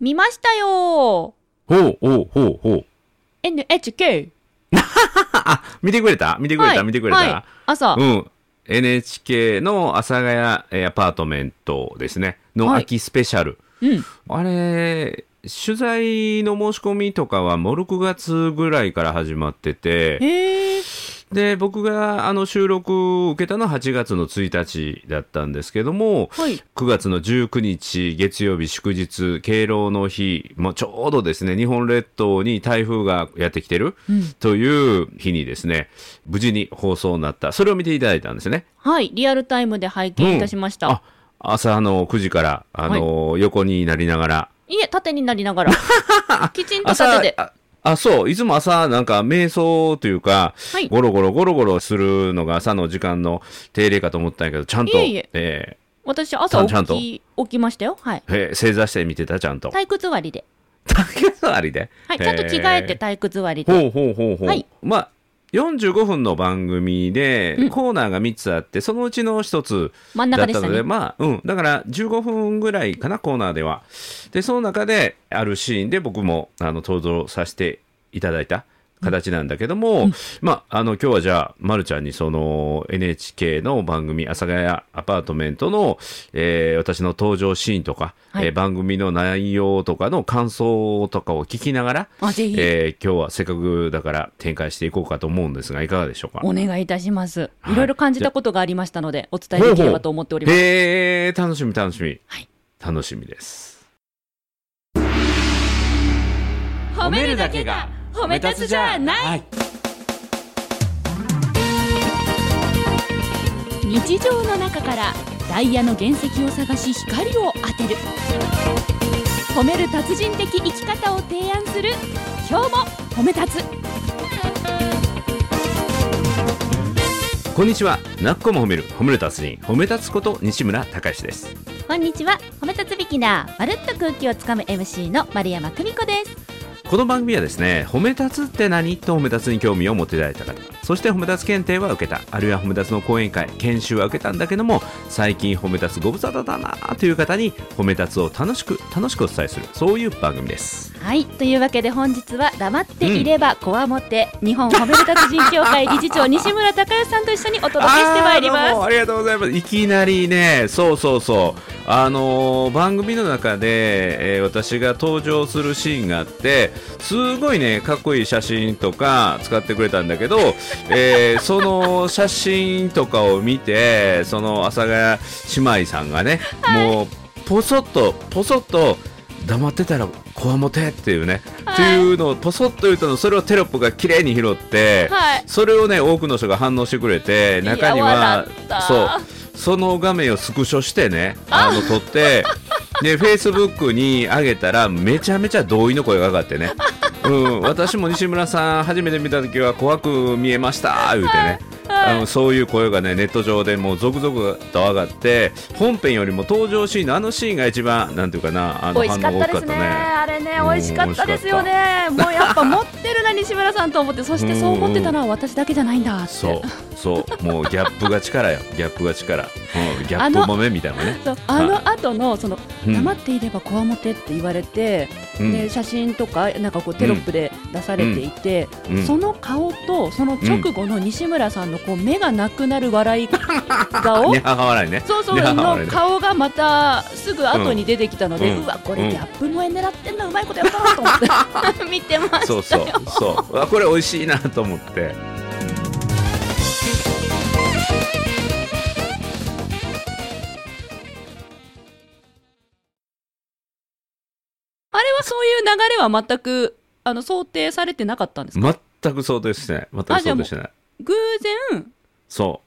見ましたよほうほうほうほう。 !NHK! あ、見てくれた見てくれた、はい見てくれた、はい朝、うん。NHK の阿佐ヶ谷えーアパートメントですね。のはい秋スペシャル。うん。あれ、取材の申し込みとかはもう6月ぐらいから始まってて、へえ。で、僕があの収録を受けたのは8月の1日だったんですけども、はい。 9月の19日月曜日祝日敬老の日もうちょうどですね日本列島に台風がやってきてるうんという日にですね無事に放送になったそれを見ていただいたんですねはい。リアルタイムで拝見いたしました。あ朝の9時からあの、横になりながらいえ、縦になりなが ら。きちんと朝縦で。ああそういつも朝なんか瞑想というか、はいゴロゴロゴロゴロするのが朝の時間の定例かと思ったんやけどちゃんといえいええ私、朝ちゃんと起き、起きましたよ。はい。ーへー正座して見てたちゃんと 体育座りで。竹座りで、はい。ちゃんと着替えて体育座りで。ほうほうほうほう。はいまあ、45分の番組で、うんコーナーが3つあって、そのうちの1つ真んだ中っでたしのたね。で、まあ、うん。だから、15分ぐらいかな、コーナーでは。で、その中で、あるシーンで僕も、あの、登場させていただいた形なんだけども、まあ、あの、今日はじゃあ、まるちゃんに、その、NHK の番組、阿佐ヶ谷アパートメントの、えー私の登場シーンとか、はいえー番組の内容とかの感想とかを聞きながら、あ、ぜひ、えー今日はせっかくだから展開していこうかと思うんですがいかがでしょうかお願いいたします。はいいろいろ感じたことがありましたので、お伝えできればと思っております。へえ楽しみ楽しみ、はい楽しみですい日常の中からダイヤの原石を探し光を当てる褒める達人的生き方を提案する今日も褒め立つこんにちはなっこも褒める褒める達人褒め立つこと西村隆史ですこんにちは褒め立つビギナーまるっと空気をつかむ MC の丸山久美子ですこの番組はですね褒め立つって何と褒め立つに興味を持っていただいた方そして褒め立つ検定は受けたあるいは褒め立つの講演会研修は受けたんだけども最近褒め立つご無沙汰だなという方に褒め立つを楽しく楽しくお伝えするそういう番組ですはいというわけで本日は黙っていればこわもて、日本褒める達人協会理事長西村孝之さんと一緒にお届けしてまい りあーまどうもありがとうございますいきなりねそうそうそうあのー番組の中で、えー私が登場するシーンがあってすごいねかっこいい写真とか使ってくれたんだけど、えーその写真とかを見てその阿佐ヶ谷姉妹さんがね、もうポソッとポソッと黙ってたらこわもてっていうね、っていうのをポソッと言ったのそれをテロップが綺麗に拾って、すはいそれをね多くの人が反応してくれていや中には笑ったそうその画面をスクショしてねあの 撮ってで Facebook に上げたらめちゃめちゃ同意の声が上が ってね、うん、私も西村さん初めて見た時は怖く見えました言うてねあのそういう声がねネット上でもう続々と上がって本編よりも登場シーンのあのシーンが一番なんていうかなあの美味反しか応っがたで多かっすたねね。あれねうん美味しかったですよねもうやっぱ持ってるな西村さんと思ってそしてそう思ってたのは私だけじゃないんだってそうそうもうギャップが力よギャップが力、うん、ギャップ豆みたいなね、そうあの後のそのうん黙っていればこわもてって言われて、うんで写真とかなんかこうテロップで出されていて、うんその顔とその直後の西村さんのこう目がなくなる笑い顔、 ね、母笑いね。そうそうねの顔がまたすぐ後に出てきたので、ううんわこうれんギャップ萌え狙ってんなうまいことやったなと思 って見てましたそうそう、 そう、あ、これ美味しいなと思って。あれはそういう流れは全くあの想定されてなかったんですか全くそうですね。全くそうですね。偶然そ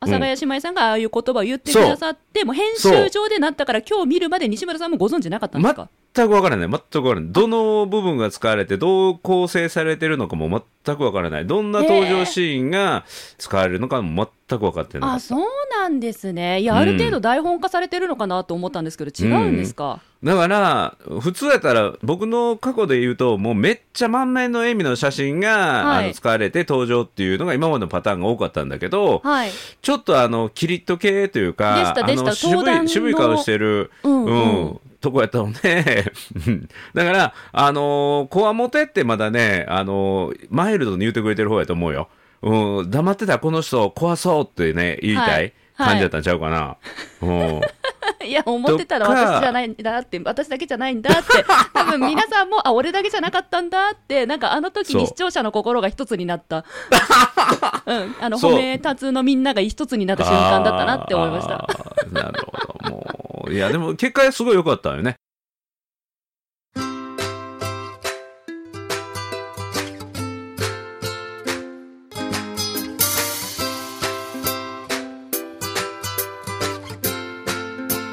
阿佐ヶ谷姉妹さんがああいう言葉を言ってくださって、もう編集上でなったから今日見るまで西村さんもご存知なかったう。んです全か、くわからない。全くわからない。どの部分が使われて、どう構成されてるのかも全くわからない。どんな登場シーンが使われるのかも全く分かってない。あそうなんですねいや、うんある程度台本化されてるのかなと思ったんですけど違うんですか、だから、普通やったら、僕の過去で言うと、もうめっちゃ満面の笑みの写真が、はいあの使われて登場っていうのが今までのパターンが多かったんだけど、はい、ちょっとあのキリッと系というかでしたでしたあの登壇渋のい渋い顔してる、うんううんんとこやったので、うん だから、あのー、こわもてってまだね、あのーマイルドに言ってくれてる方やと思うよ。うん、黙ってたらこの人怖そうってね、言いたはいい感じだったんちゃうかな。うん。 いや、思ってたらとか私じゃないんだって、私だけじゃないんだ って、多分皆さんも、あ、俺だけじゃなかったんだって、なんかあの時そうに視聴者の心が一つにな った。うん、あの、そう褒めたつのみんなが一つになった瞬間だったなって思いました。あー。なるほど。もう、いや、でも結果すごい良かったよね。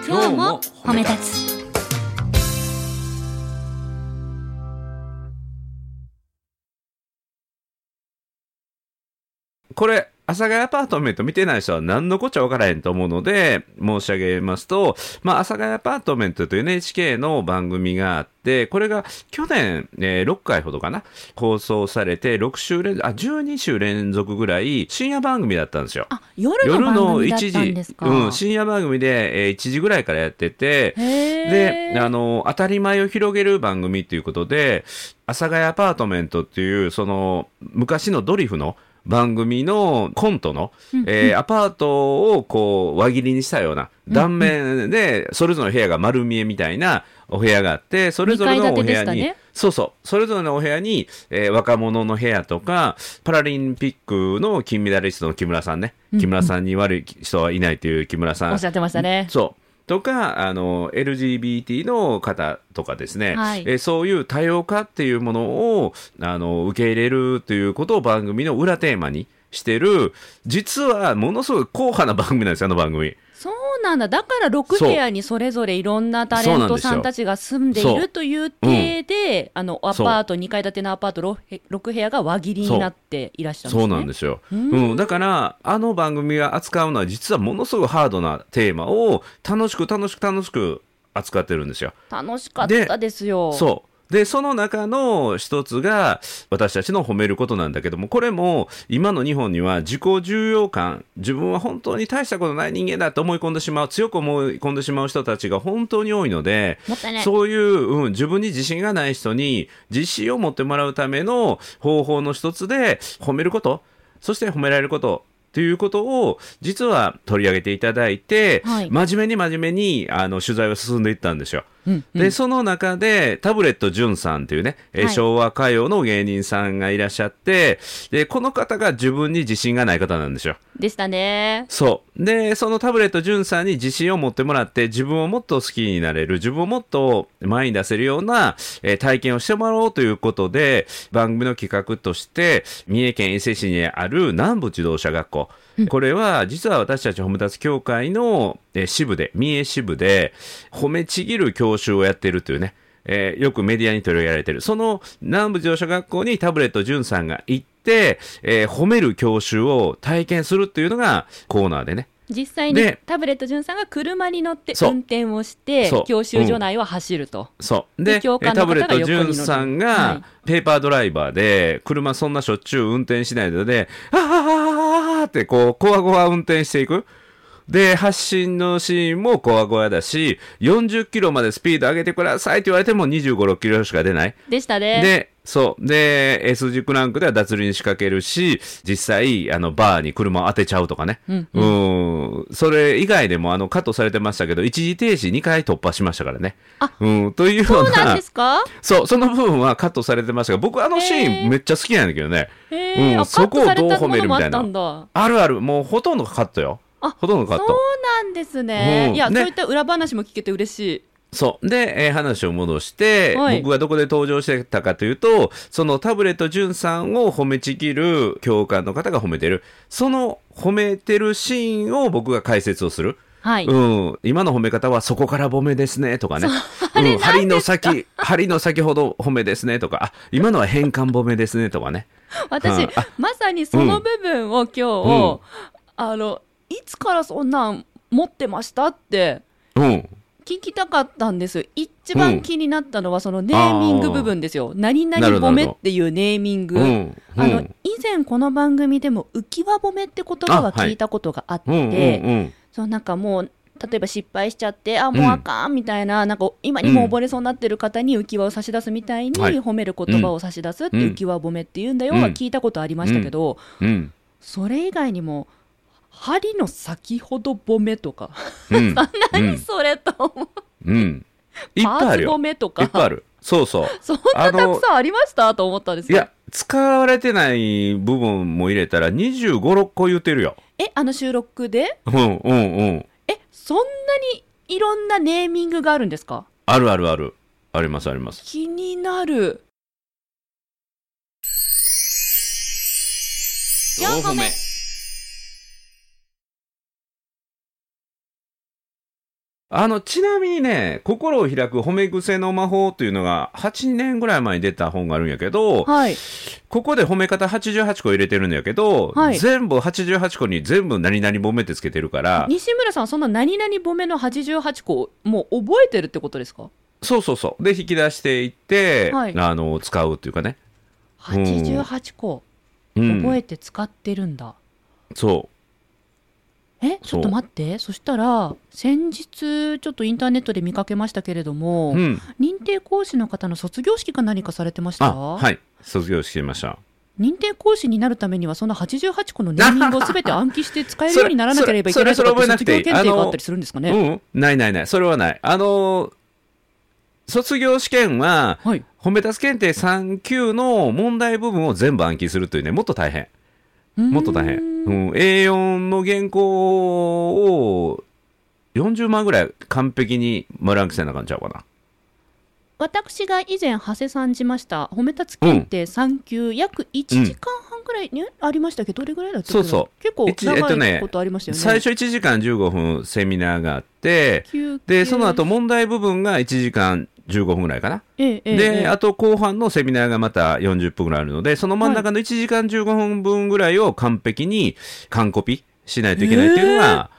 今日も褒め立つ。これ、阿佐ヶ谷アパートメント見てない人は何のこっちゃ分からへんと思うので、申し上げますと、まあ、阿佐ヶ谷アパートメントという NHK の番組があって、これが去年、えー6回ほどかな、放送されて、6週連続、あ、12週連続ぐらい深夜番組だったんですよ。あ、夜の番組だったんですか。うん、深夜番組で、えー1時ぐらいからやってて、へーで、あの、当たり前を広げる番組ということで、阿佐ヶ谷アパートメントっていう、その、昔のドリフの番組のコントの、えーアパートをこう、輪切りにしたような、断面で、それぞれの部屋が丸見えみたいなお部屋があって、それぞれのお部二階建てで屋したに、ねそうそう、それぞれのお部屋に、えー若者の部屋とか、パラリンピックの金メダリストの木村さんね、木村さんに悪い人はいないという木村さんおっしゃってましたね。そう。とか、あの、LGBT の方とかですね、はいえーそういう多様化っていうものを、あの、受け入れるということを番組の裏テーマにしてる、実はものすごい硬派な番組なんですよ、あの番組。そうなんだ。だから6部屋にそれぞれいろんなタレントさんたちが住んでいそうるという体で、あの、アそうパート、2階建てのアパートろ6部屋が輪切りになっていらっしゃるんですね。そうなんですよ。うん。だから、あの番組が扱うのは、実はものすごいハードなテーマを、楽しく楽しく楽しく扱ってるんですよ。楽しかったですよ。そう。で、その中の一つが、私たちの褒めることなんだけども、これも、今の日本には自己重要感、自分は本当に大したことない人間だと思い込んでしまう、強く思い込んでしまう人たちが本当に多いので、もったいない。そういう、うん、自分に自信がない人に自信を持ってもらうための方法の一つで褒めることそして褒められることということを実は取り上げていただいて、はい真面目に真面目にあの取材を進んでいったんですうよ。んうんで、その中で、タブレット淳さんというね、えーはい昭和歌謡の芸人さんがいらっしゃって、で、この方が自分に自信がない方なんですよ。でしたね。そう。で、そのタブレット淳さんに自信を持ってもらって、自分をもっと好きになれる、自分をもっと前に出せるような、えー体験をしてもらおうということで、番組の企画として、三重県伊勢市にある南部自動車学校。これは、実は私たち褒め立つ協会の、えー支部で、三重支部で、褒めちぎる教習をやってるというね、えーよくメディアに取り上げられてる。その南部自動車学校にタブレット淳さんが行って、えー褒める教習を体験するっていうのがコーナーでね。実際にでタブレット淳さんが車に乗ってそう運転をしてそう、教習所内を走ると。そう。でで、え教官のータ方ブがレッ横にト乗る淳さはいんがペーパードライバーで、車そんなしょっちゅう運転しないので、あーあーあーあーってこう、こわごわ運転していく。で、発進のシーンもこわごわだし、40キロまでスピード上げてくださいって言われても25、6キロしか出ない。でしたね。で、そう。で、S 字クランクでは脱輪仕掛けるし、実際、あの、バーに車を当てちゃうとかね。うんうーん。それ以外でも、あの、カットされてましたけど、一時停止2回突破しましたからね。あうん。というよそううなんなで、すか そう、その部分はカットされてましたが、僕あのシへーーンめっちゃ好きなんだけどね。へえ、うあんカそッこトをされどうたも褒めのるもみあたっいなたんだ。あるある、もうほとんどカットよ。あほとんどカッそうト。なんですね。うんいや、ねそういった裏話も聞けて嬉しい。そう。で、えー話を戻して、はい僕がどこで登場してたかというと、そのタブレット淳さんを褒めちぎる教官の方が褒めてる。その褒めてるシーンを僕が解説をする。はい。うん。今の褒め方はそこから褒めですね、とかね。うん。針の先、針の先ほど褒めですね、とか、あ、今のは変換褒めですね、とかね。私うんあ、まさにその部分を今日、んあの、いつからそんなん持ってましたってうん。聞きたかったんですよ。一う番ん気になったのはそのネーミング部分ですよ。何々なるほど褒めっていうネーミング。うん。あのうん以前この番組でも浮き輪褒めって言葉は聞いたことがあって、うんうんうん。そのなんかもう例えば失敗しちゃって、あ、もうあかんみたいな、なんか今にも溺れそうになってる方に浮き輪を差し出すみたいに、はい褒める言葉を差し出すってうん浮き輪褒めって言うんだようんは聞いたことありましたけど、うん。それ以外にも、針の先ほど褒めとか、 うん。何それと思う、うん。うん。いっパぱいあーるツ褒よ。めといっぱいか、ある。そうそう。そんなたくさんありましたと思ったんですいけどや、使われてない部分も入れたら25、6個言ってるよ。え、あの収録でうん、うん、うん。え、そんなにいろんなネーミングがあるんですかあるあるある。ありますあります。気になる。 4個目あの、ちなみにね、心を開く褒め癖の魔法というのが、8年ぐらい前に出た本があるんやけど、はい。ここで褒め方88個入れてるんやけど、はい全部88個に全部何々褒めってつけてるから、西村さん、そんな何々褒めの88個、もう覚えてるってことですかそうそうそう。で、引き出していって、はいあの、使うっていうかね。 ?88 個、うん、覚えて使ってるんだ。そえ、ちょっと待って。そしたら、先日、ちょっとインターネットで見かけましたけれども、う。うん。認定講師の方の卒業式か何かされてましたあ、はい。卒業してました。認定講師になるためにはその88個のネーミングをすべて暗記して使えるようにならなければいけないとかってそれそれ卒業検定があったりするんですかね。うん。ないないない。それはない。あのー卒業試験は、はい。褒めたす検定3級の問題部分を全部暗記するというね、もっと大変。もっと大変。ううーんん、A4 の原稿を40万ぐらい完璧に丸暗記せなあかんちゃうかな。私が以前、長谷さんじました、褒め立つ検定3級、約1時間半ぐらい、ねありましたけど、どれぐらいだったっけなそうそう結構一えっと長ねいことありましたよね。最初1時間15分セミナーがあって、休憩で、その後、問題部分が1時間15分ぐらいかな。ええええええで、あと後半のセミナーがまた40分ぐらいあるので、その真ん中の1時間15分分ぐらいを完璧に完コピしないといけないっていうのが、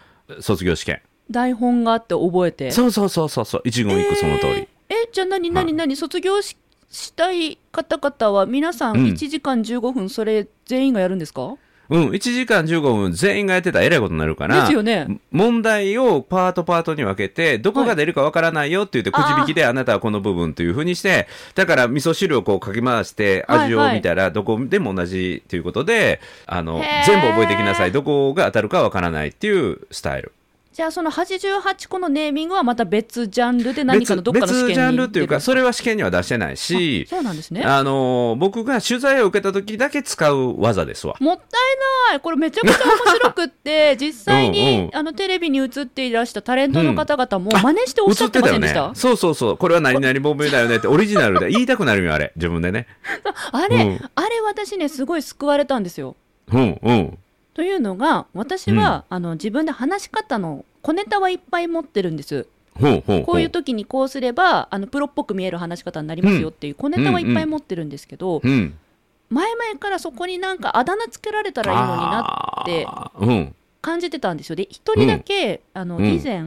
卒業試験。台本があって覚えて。そうそうそうそうそう、一言一句その通り。えーえじゃあ何はい何何、卒業ししたい方々は皆さんうん1時間15分それ全員がやるんですか、うん、1時間15分全員がやってたらえらいことになるかでらす、よね。問題をパートパートに分けて、どこが出るかわからないよって言って、くはいじ引きであなたはこの部分というふうにして、だから味噌汁をこうかき回して、はい味を見たらどこでも同じということで、あのへー、全部覚えてきなさい。どこが当たるかわからないっていうスタイル。じゃあその88個のネーミングはまた別ジャンルで何かのどっかの試別験に別ジャンルっていう出か、るそれは試験には出してないしあ、そうなんですねあの、僕が取材を受けた時だけ使う技ですわ。もったいないこれめちゃくちゃ面白くって 実際にうんうんあのテレビに映っていらしたタレントの方々も真似しておっし映ゃっっててまたせよんでねした,、。そうそうそう。これは何々ボムだよねって、オリジナルで言いたくなるよ、あれ。自分でね。あれ、うんあれ私ねすごい救われたんですようん、うん。というのが私は、あの自分で話し方の小ネタはいっぱい持ってるんですほうほうほう。こういう時にこうすればあのプロっぽく見える話し方になりますよっていう小ネタはいっぱい持ってるんですけど、うん。前々からそこになんかあだ名つけられたらいいのになってあーうん感じてたんですよで一人だけ、あのうん以前、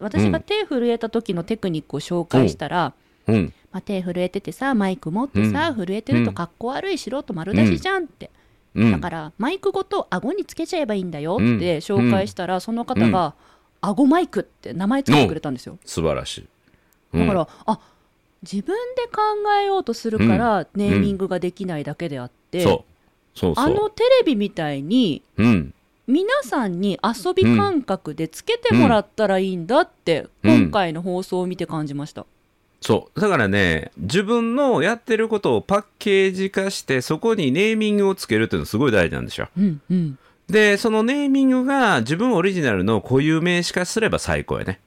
私が手震えた時のテクニックを紹介したら、うんまあ、手震えててさマイク持ってさ、うん震えてるとかっこ悪い素人丸出しじゃんって、うんだからマイクごと顎につけちゃえばいいんだよって紹介したら、その方が、顎マイクって名前つけてくれたんですよ、素晴らしい、うだんから、あ自分で考えようとするから、ネーミングができないだけであって、そうそうそうあのテレビみたいにうん皆さんに遊び感覚でつけてもらったらいいんだって、うん今回の放送を見て感じました、そうだからね自分のやってることをパッケージ化してそこにネーミングをつけるっていうのすごい大事なんですようんうん、でそのネーミングが自分オリジナルの固有名詞化すれば最高やね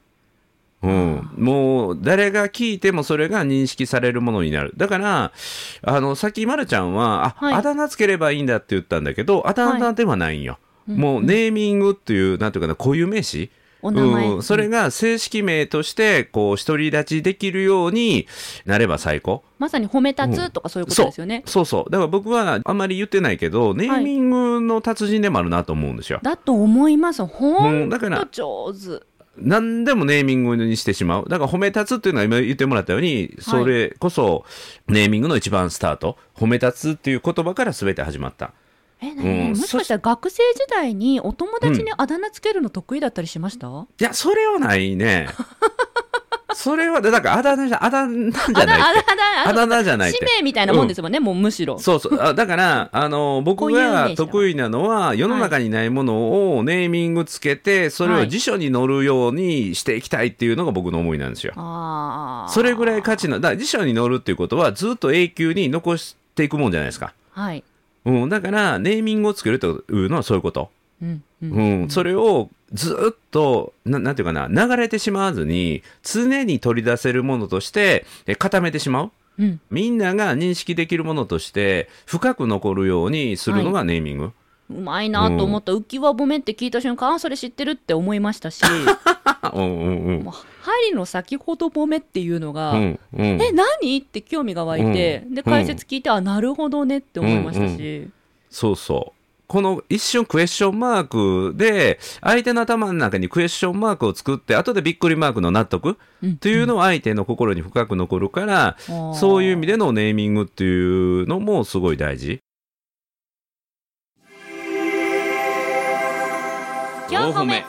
うん、もう誰が聞いてもそれが認識されるものになるだからあのさっきまるちゃんはあ、はいあだ名つければいいんだって言ったんだけどあだ名ではないんよ、もうネーミングっていうなんていうかな固有名詞お名前、うん、それが正式名としてこう独り立ちできるようになれば最高まさに褒め立つとかそういうことですよね、そうそうだから僕はあんまり言ってないけどネーミングの達人でもあるなと思うんですよ、だと思いますほうんんだからと上手何でもネーミングにしてしまう。だから褒め立つっていうのは今言ってもらったように、それこそネーミングの一番スタート。褒め立つっていう言葉から全て始まった。え、なうんにもしかしたら学生時代にお友達にあだ名つけるの得意だったりしました、いや、それはな いね。それは、だから、あだ名じゃ、あだ名じゃないって。あだあだ名じゃないって使。命みたいなもんですもんね、もうむしろ。そうそう。あだから、あの、僕こういうイメージがだ得意なのは、世の中にないものをネーミングつけて、それを辞書に載るようにしていきたいっていうのが僕の思いなんですよ。ああ。それぐらい価ち。値の、だから辞書に載るっていうことは、ずっと永久に残していくもんじゃないですか。はい。うん、だから、ネーミングをつけるというのはそういうこと。うん。ううん、それをずっとな、なんていうかな、流れてしまわずに、常に取り出せるものとして、え固めてしまう。うん。みんなが認識できるものとして、深く残るようにするのがネーミング。うまいなと思った、浮き輪褒めって聞いた瞬間、あそれ知ってるって思いま したし、あうんうんうんもう針の先ほど褒めっていうのが、うんうんえ、何って興味が湧いて、うんで、解説聞いて、あ、なるほどねって思いましたし、そうそう。この一瞬クエスチョンマークで、相手の頭の中にクエスチョンマークを作って、後でびっくりマークの納得うんっていうのは相手の心に深く残るから、あーそういう意味でのネーミングっていうのもすごい大事。 4歩目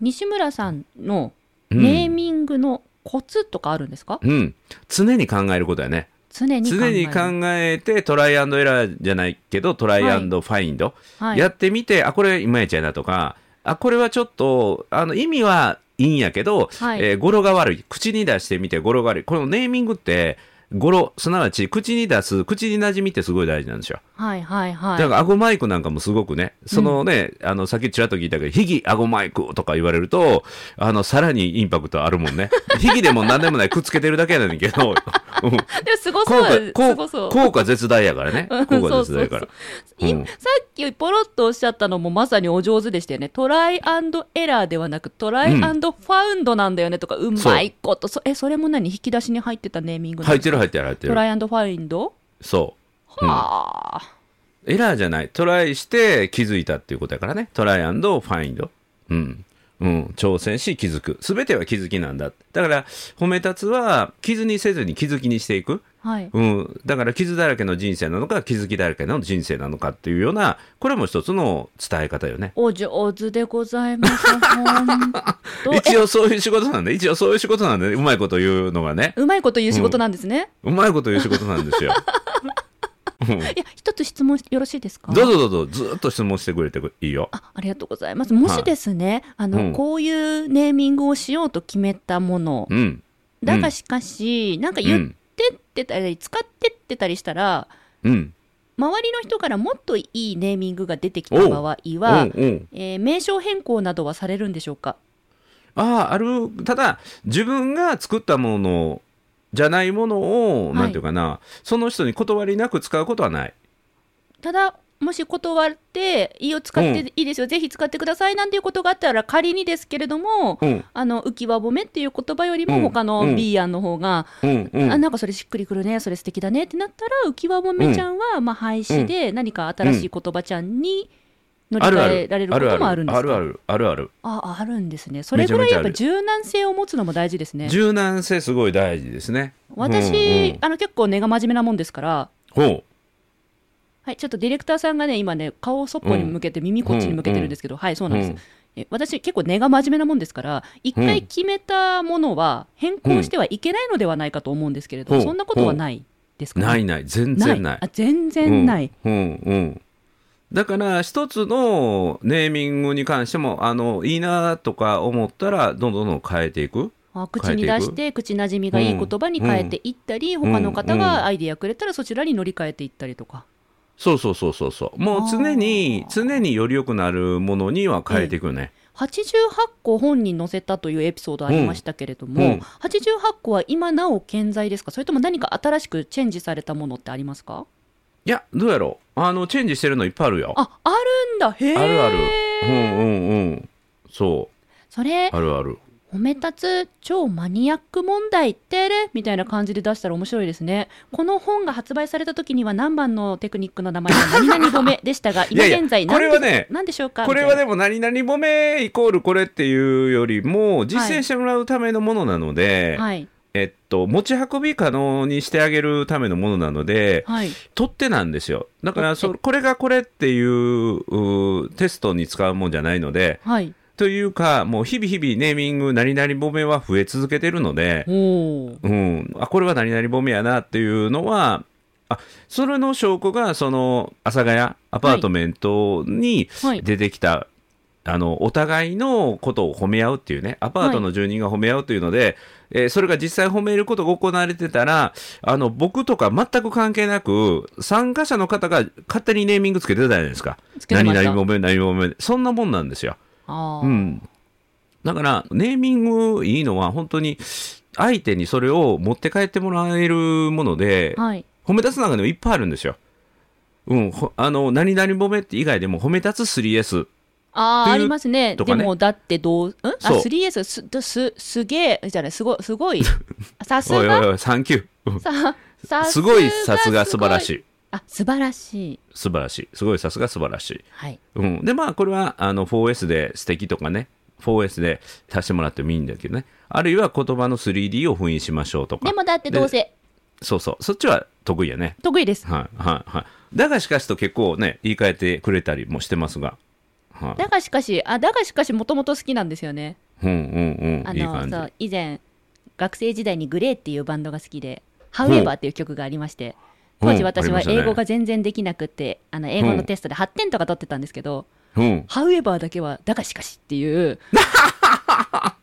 西村さんのうんネーミングのコツとかあるんですか、うん。常に考えることやね。常に考常えにる考えて、トライアンドエラーじゃないけど、トライアンドファインド。はい、やってみて、あ、これいまいちやなとか、あ、これはちょっと、あの、意味はいいんやけど、はいえー語呂が悪い。口に出してみて語呂が悪い。このネーミングって、語呂、すなわち、口に出す、口に馴染みってすごい大事なんですよ。はいはいはい。だから、顎マイクなんかもすごくね、そのね、あの、さっきちらっと聞いたけど、ひぎ、顎マイクとか言われると、あの、さらにインパクトあるもんね。 ひぎでも何でもない、くっつけてるだけやねんけ ど、うんでもすご効そ果う、、すご効そう果、。効果絶大やからね。うん効果絶大やからそう。いうんさっきポロッとおっしゃったのもまさにお上手でしたよね。トライアンドエラーではなくトライアンドファウンドなんだよねとか、うまいこと。そえ、それも何引き出しに入ってたネーミングなん入っですてかる入ってる入ってトる。ライアンドファインドそはあ、う。エラーじゃない。トライして気づいたっていうことやからね。トライアンドファインド。うん。うん。挑戦し気づく。すべては気づきなんだ。だから、褒め立つは、傷にせずに気づきにしていく。はい。うん。だから、傷だらけの人生なのか、気づきだらけの人生なのかっていうような、これも一つの伝え方よね。お上手でございます。 ほんと。一え応そういう仕事なんで、一応そういう仕事なんで、うまいこと言うのがね。うまいこと言う仕事なんですね。うまいこと言う仕事なんですよ。うんいや、一つ質問よろしいですかどうぞどうぞ、ずーっと質問してくれていいよ。あありがとうございます。もしですね、あの、うんこういうネーミングをしようと決めたもの、うん。だうがんしかし、なんかう言っん。てってたり、使ってってたりしたら、うん。周りの人からもっといいネーミングが出てきた場合うはん、うん。えー名称変更などはされるんでしょうかああ、ある、ただ、自分が作ったものじゃないものを、はいなんていうかな、その人に断りなく使うことはない。ただ、もし断って、いいよ、使って、うんいいですよ、ぜひ使ってくださいなんていうことがあったら、仮にですけれども、うん、あの浮き輪褒めっていう言葉よりうもん他のうん B 案の方が、うん、うん。あなんかそれしっくりくるねそれ素敵だねってなったら浮き輪もめちゃんは、まあ、廃止で何か新しい言葉ちゃんに乗りあるあ換えるられることもあるんですかあるあるあるあるああるんですねそれぐらめいちゃやっめちゃあぱる柔軟性を持つのも大事ですね柔軟性すごい大事ですね私、うんうんあの結構根が真面目なもんですからほうはい、ちょっとディレクターさんがね、今ね、顔をそっぽに向けて、耳こっちに向けてるんですけど、はい、そうなんです。うんえ私、結構根が真面目なもんですから、一回うん決めたものは変更してはいけないのではないかと思うんですけれど、うんそんなことはないですかね、ないない全然ないあ全然ない。うんうんうんだから一つのネーミングに関してもあのいいなとか思ったらどんどんどん変えていくあ口に出して、口なじみがいい言葉に変えていったり、ん他の方うんがアイディアくれたら、そちらに乗り換えていったりとか。そうそうそうそうそうもう常にあー常により良くなるものには変えていくよね、 88個本に載せたというエピソードありましたけれども、うんうん88個は今なお健在ですか、それとも何か新しくチェンジされたものってありますかいやどうやろうあのチェンジしてるのいっぱいあるよああ、あるんだ。へえ。るあるうんうんうんそそれう、あるある褒め立つ超マニアック問題ってれみたいな感じで出したら面白いですね。この本が発売された時には何番のテクニックの名前が何々褒めでしたが、今やいや現在これは何ねで何でしょうかこれはね、でも何々褒めイコールこれっていうよりも実は践いしてもらうためのものなので、はい。えっと、持ち運び可能にしてあげるためのものなので、はい。取っ手なんですよ。だから、取っそこれがこれっていううーテストに使うもんじゃないので、はい。というか、もう日々日々ネーミング、何々褒めは増え続けてるので、おお。うん、あ、これは何々褒めやなっていうのは、あ、それの証拠が、その、阿佐ヶ谷アパートメントにはい。出てきた、あの、お互いのことを褒め合うっていうね、アパートの住人が褒め合うというので、えーそれが実際褒めることが行われてたら、あの、僕とか全く関係なく、参加者の方が勝手にネーミングつけてたじゃないですか。つけて何ました々褒め、何々褒め、そんなもんなんですよ。ああ。うん。だから、ネーミングいいのは本当に、相手にそれを持って帰ってもらえるもので、はい。褒め立つ中でもいっぱいあるんですよ。うん、ほあの、何々褒めって以外でも褒め立つ 3S。あっあ、ていうありますね。とかでねも、だってどう、んあ、そう 3S、す、どす、すげえ、じゃない、すごい、すごい。さすおいおいが、おい、サンキュー。さ、さすごい、さすが素晴らしい。い。あ、素晴らしい。素晴らしい。すごい、さすが素晴らしい。はい。うん。で、まあ、これは、あの、4S で素敵とかね、4S で足してもらってもいいんだけどね。あるいは言葉の 3D を封印しましょうとか。でも、だってどうせ、そうそう。そっちは得意やね。得意です。はいはいはい。だがしかしと結構ね、言い換えてくれたりもしてますが。はい。だがしかし、あ、だがしかし、もともと好きなんですよね。うんうんうあん。いい感の、じ。そう、以前、学生時代にグレーっていうバンドが好きで、However っていう曲がありまして、当時うん私はありましたね英語が全然できなくて、あの、英語のテストで8点とか取ってたんですけど、うん。ハウエバーだけは、だがしかしって いう、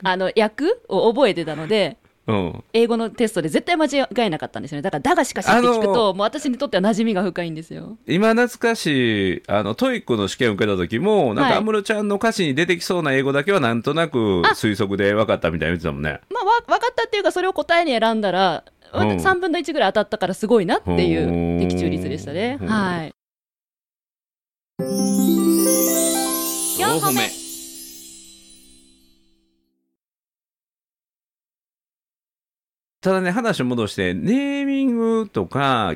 あの、役を覚えてたので、うん。英語のテストで絶対間違えなかったんですよね。だから、だがしかしって聞くあと、ものう私にとっては馴染みが深いんですよ。今懐かしい、あの、トイックの試験を受けた時も、なんはいか安室ちゃんの歌詞に出てきそうな英語だけはなんとなく推測で分かったみたいな言ってたもんね。まあ、わ、分かったっていうか、それを答えに選んだら、うん3分の1ぐらい当たったからすごいなってほいうう的中率でしたね。ほうはい。 4歩目ただね、話を戻して、ネーミングとか、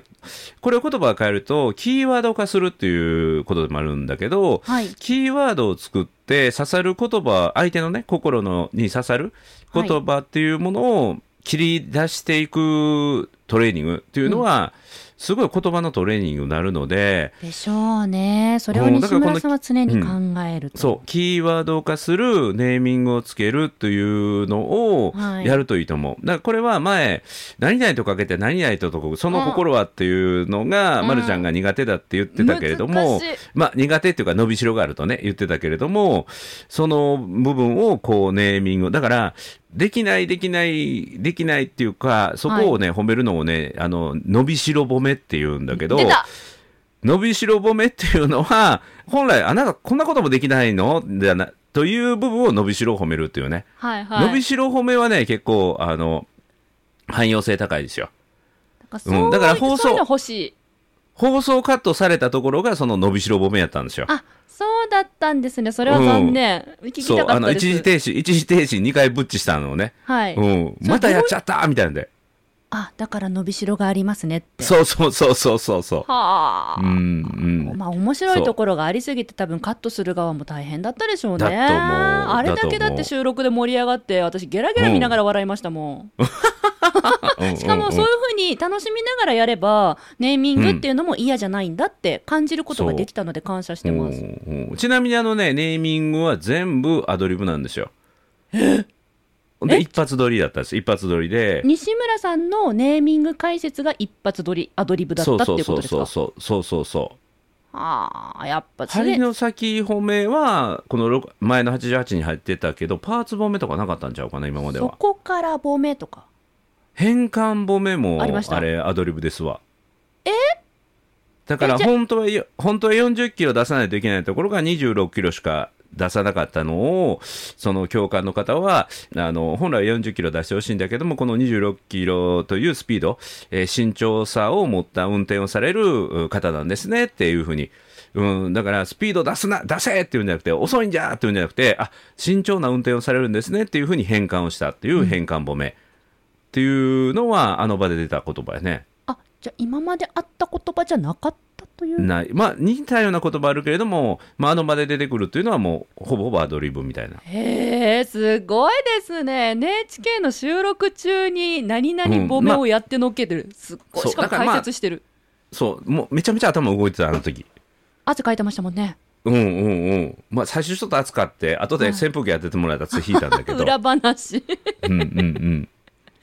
これを言葉を変えると、キーワード化するっていうことでもあるんだけど、はい。キーワードを作って刺さる言葉相手のね心のに刺さる言葉っていうものを切り出していくトレーニングっていうのは、すごい言葉のトレーニングになるのででしょうね。それをうん西村さんは常にだからこ考えると。そうキーワード化するネーミングをつけるというのをはいやるといいと思う、だからこれは前何々とかけて何々と解くその心はっていうのが、うんまるちゃんが苦手だって言ってたけれど難も、しいまあ、苦手っていうか伸びしろがあるとね、言ってたけれども、その部分をこうネーミングを、だから、できない、できない、できないっていうか、そこをね、褒めるのをね、あの、伸びしろ褒めって言うんだけど出、た伸びしろ褒めっていうのは、本来、あ、なんかこんなこともできないのじゃな、という部分を伸びしろ褒めるっていうね。はいはい。伸びしろ褒めはね、結構、あの、汎用性高いですよ。なんかそううんだから放送そういうの欲しい。放送カットされたところがその伸びしろ褒めやったんですよ。あ、そうだったんですね。それは残念。聞きそたう、かあったの、です。一時停止、一時停止2回ブッチしたのをね。はい。うん。それまたやっちゃったみたいなんで。あ、だから伸びしろがありますねって。そうそうそうそうそうそはあう。う。ん、まあ面白いところがありすぎて多分カットする側も大変だったでしょうね。だと思うあれだけだだとっ思てう収録で盛り上がって私ゲラゲラ見ながら笑いましたもん。うん。しかもそういうふうに楽しみながらやればネーミングっていうのも嫌じゃないんだって感じることができたので感謝してうんうんます。うんうんちなみにあのね、ネーミングは全部アドリブなんですよ。で、一発撮りだったんです。一発撮りで。西村さんのネーミング解説が一発撮りアドリブだったそっうてそいううこそとうですそかうそうそうそうそう。ああ、やっぱそれ針の先褒めは、この六前の88に入ってたけど、パーツ褒めとかなかったんちゃうかな、今までそは。こから褒めとか。変換褒めもありましたあれアドリブですわえだかえらじゃあ本当はよ本当は40キロ出さないといけないところが26キロしか出さなかったのをその教官の方はあの本来は40キロ出してほしいんだけどもこの26キロというスピード、えー慎重さを持った運転をされるう方なんですねっていうふうに、うん、だからスピード出すな出せっていうんじゃなくて遅いんじゃっていうんじゃなくてあ慎重な運転をされるんですねっていうふうに変換をしたっていう変換褒め。っていうのはあの場で出た言葉やね。あ、じゃあ今まであった言葉じゃなかったってという。ない。まあ、似たような言葉あるけれども、まあ、あの場で出てくるっていうのはもう、ほぼほぼアドリブみたいな。へえ、すごいですね。NHK の収録中に何々ボメをやってのっけてる。すっごそい。うしかもだからまあ解説してる。そう、もうめちゃめちゃ頭動いてた、あの時。汗かいてましたもんね。うんうんうん。まあ、最初ちょっと暑かって、後で扇風機当ててもらったら引いたんだけど。裏話。うんうんうん。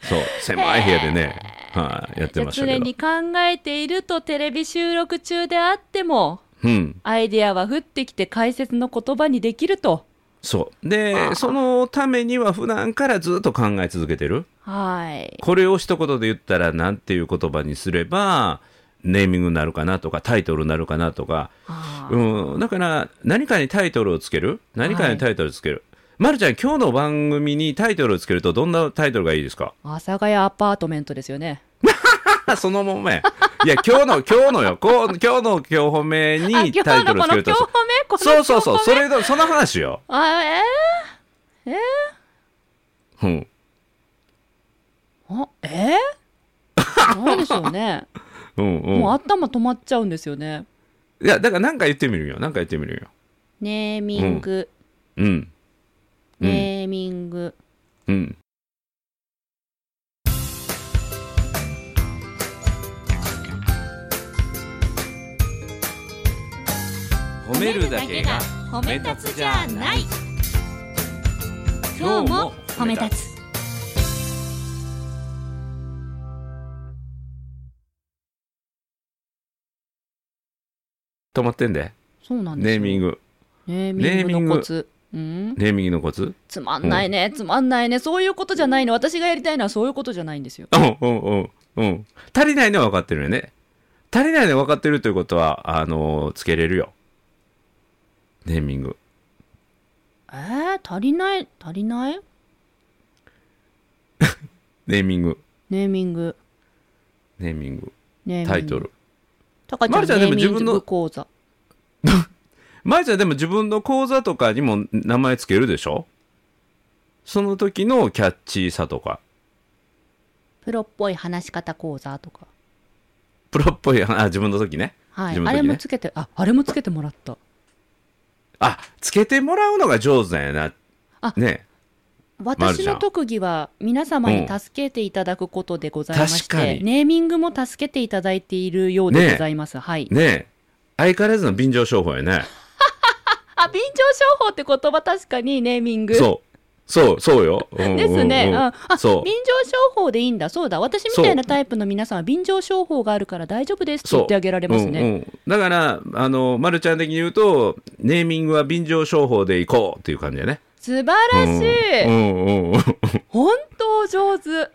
そう、狭い部屋でね、はい、やってましたじゃあけ常ど。に考えているとテレビ収録中であっても、うん。アイデアは降ってきて解説の言葉にできると。そう。で、そのためには普段からずっと考え続けてる。はい。これを一言で言ったらなんていう言葉にすれば、ネーミングになるかなとか、タイトルになるかなとか。あーうん。だから、何かにタイトルをつける何かにタイトルをつける。まるちゃん、今日の番組にタイトルをつけると、どんなタイトルがいいですか 阿佐ヶ谷アパートメントですよね。そのまんまや。いや、今日の、今日のよ。こう今日の今日褒めあ、に今タ日イトルのをこつけの今日ると褒。めこのそうそうそう、今日そ褒めれの、その話よ。あ、えうん。ー、あえ ー、なんでしょうね。うんうん。もう頭止まっちゃうんですよね。いや、だからなんか言ってみるよ。なんか言ってみるよ。ネーミング、うん。うん。ネーミング。うん。褒褒め立つじゃない今日も褒め立つ止まってんで。そうなんですネよーミング。ネーミングのコツ。うん、ネーミングのコツつまんないね、つまんないね、そういうことじゃないの、私がやりたいのはそういうことじゃないんですよ。うんうんうん。うん。足りないのは分かってるよね。足りないのは分かってるということは、あのーつけれるよ。ネーミング。えー、足りない、足りないネーミング。ネーミング、ネーミング。ネーミング。タイトル。。たかちまゃるん、ちネゃんでもーミ自ン分のグ講座。まりちゃんでも自分の講座とかにも名前つけるでしょその時のキャッチーさとか、プロっぽい話し方講座とか。プロっぽい、あ、自分の時ね。はい、自分あの時れねもつけて、あ、あれもつけてもらった。あ、つけてもらうのが上手なんやな。あね。まる私ちゃのん特技は皆様に助けていただくことでございましうん確て、かにネーミングも助けていただいているようでございます。はい。ね相変わらずの便乗商法やね。あ、便乗商法って言葉確かにネーミング。そう。そう、そうよ。うんうんうんですね。うんあ、そう便乗商法でいいんだ。そうだ。私みたいなタイプの皆さんは便乗商法があるから大丈夫ですって言ってあげられますね。うんうん、だから、あの、まるちゃん的に言うと、ネーミングは便乗商法でいこうっていう感じやね。素晴らしい、うんうんうん。本当上 手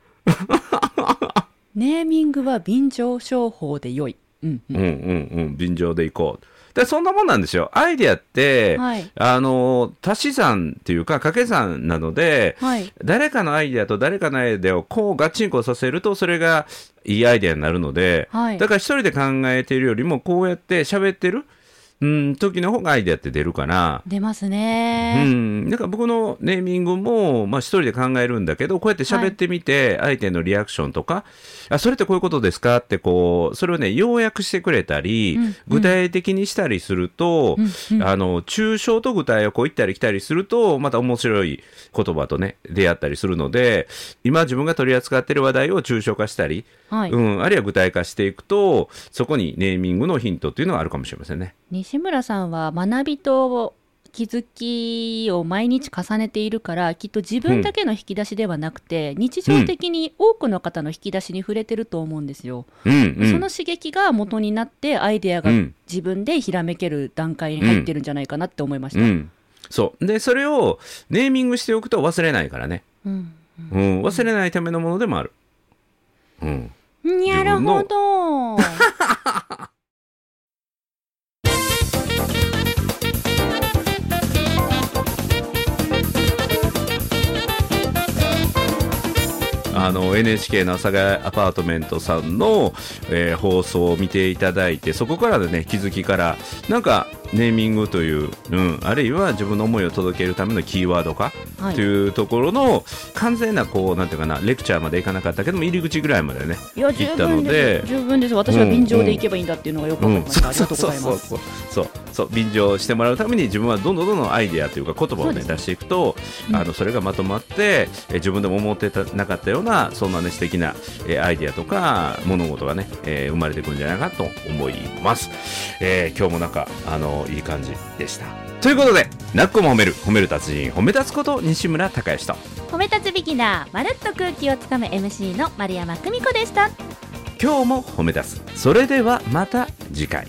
ネーミングは便乗商法で良い。うんううんんうんうん、便乗でいこう。で、そんなもんなんですよ。アイディアって、はいあの、足し算っていうか、掛け算なので、はい。誰かのアイディアと誰かのアイディアをこうガチンコさせると、それがいいアイディアになるので、はいだから一人で考えているよりも、こうやって喋ってる、うん、時の方がアイディアって出るから、出ますうね、ん、なんか僕のネーミングも、まあ、一人で考えるんだけどこうやって喋ってみて、相手のリアクションとかあそれってこういうことですかってこうそれをね要約してくれたり、うん具体的にしたりすると、うんうんあの抽象と具体をこう行ったり来たりするとまた面白い言葉とね出会ったりするので今自分が取り扱ってる話題を抽象化したり、はい、うん、あるいは具体化していくとそこにネーミングのヒントっていうのがあるかもしれませんね。西村さんは学びと気づきを毎日重ねているからきっと自分だけの引き出しではなくて、日常的に多くの方の引き出しに触れてると思うんですよ、うんうん、その刺激が元になってアイデアがうん自分でひらめける段階に入ってるんじゃないかなって思いました、う、ん、そうでそれをネーミングしておくと忘れないからね、うんうん、忘れないためのものでもある、うん、なるほど褒あの NHK の阿佐ヶ谷アパートメントさんの、えー放送を見ていただいてそこからのね気づきからなんかネーミングという、うん、あるいは自分の思いを届けるためのキーワードかはい というところの完全なこうなんていうかなレクチャーまでいかなかったけども入り口ぐらいまでねいや行十ったの分でです十分です私は便乗で行けばいいんだっていうのがよくわかりました、ありがとうございますそうそうそう便乗してもらうために自分はどんどんどんどんアイデアというか言葉を、そうでね、す出していくと、あのそれがまとまってえ自分でも思ってたなかったようなそんな、ね、素敵なえアイデアとか物事がね、えー生まれてくるんじゃないかと思います、えー今日もなんかあのいい感じでしたということで「なっこも褒める褒める達人褒め立つこと西村孝之と褒め立つビギナーまるっと空気をつかむ MC の丸山久美子でした今日も褒め立つそれではまた次回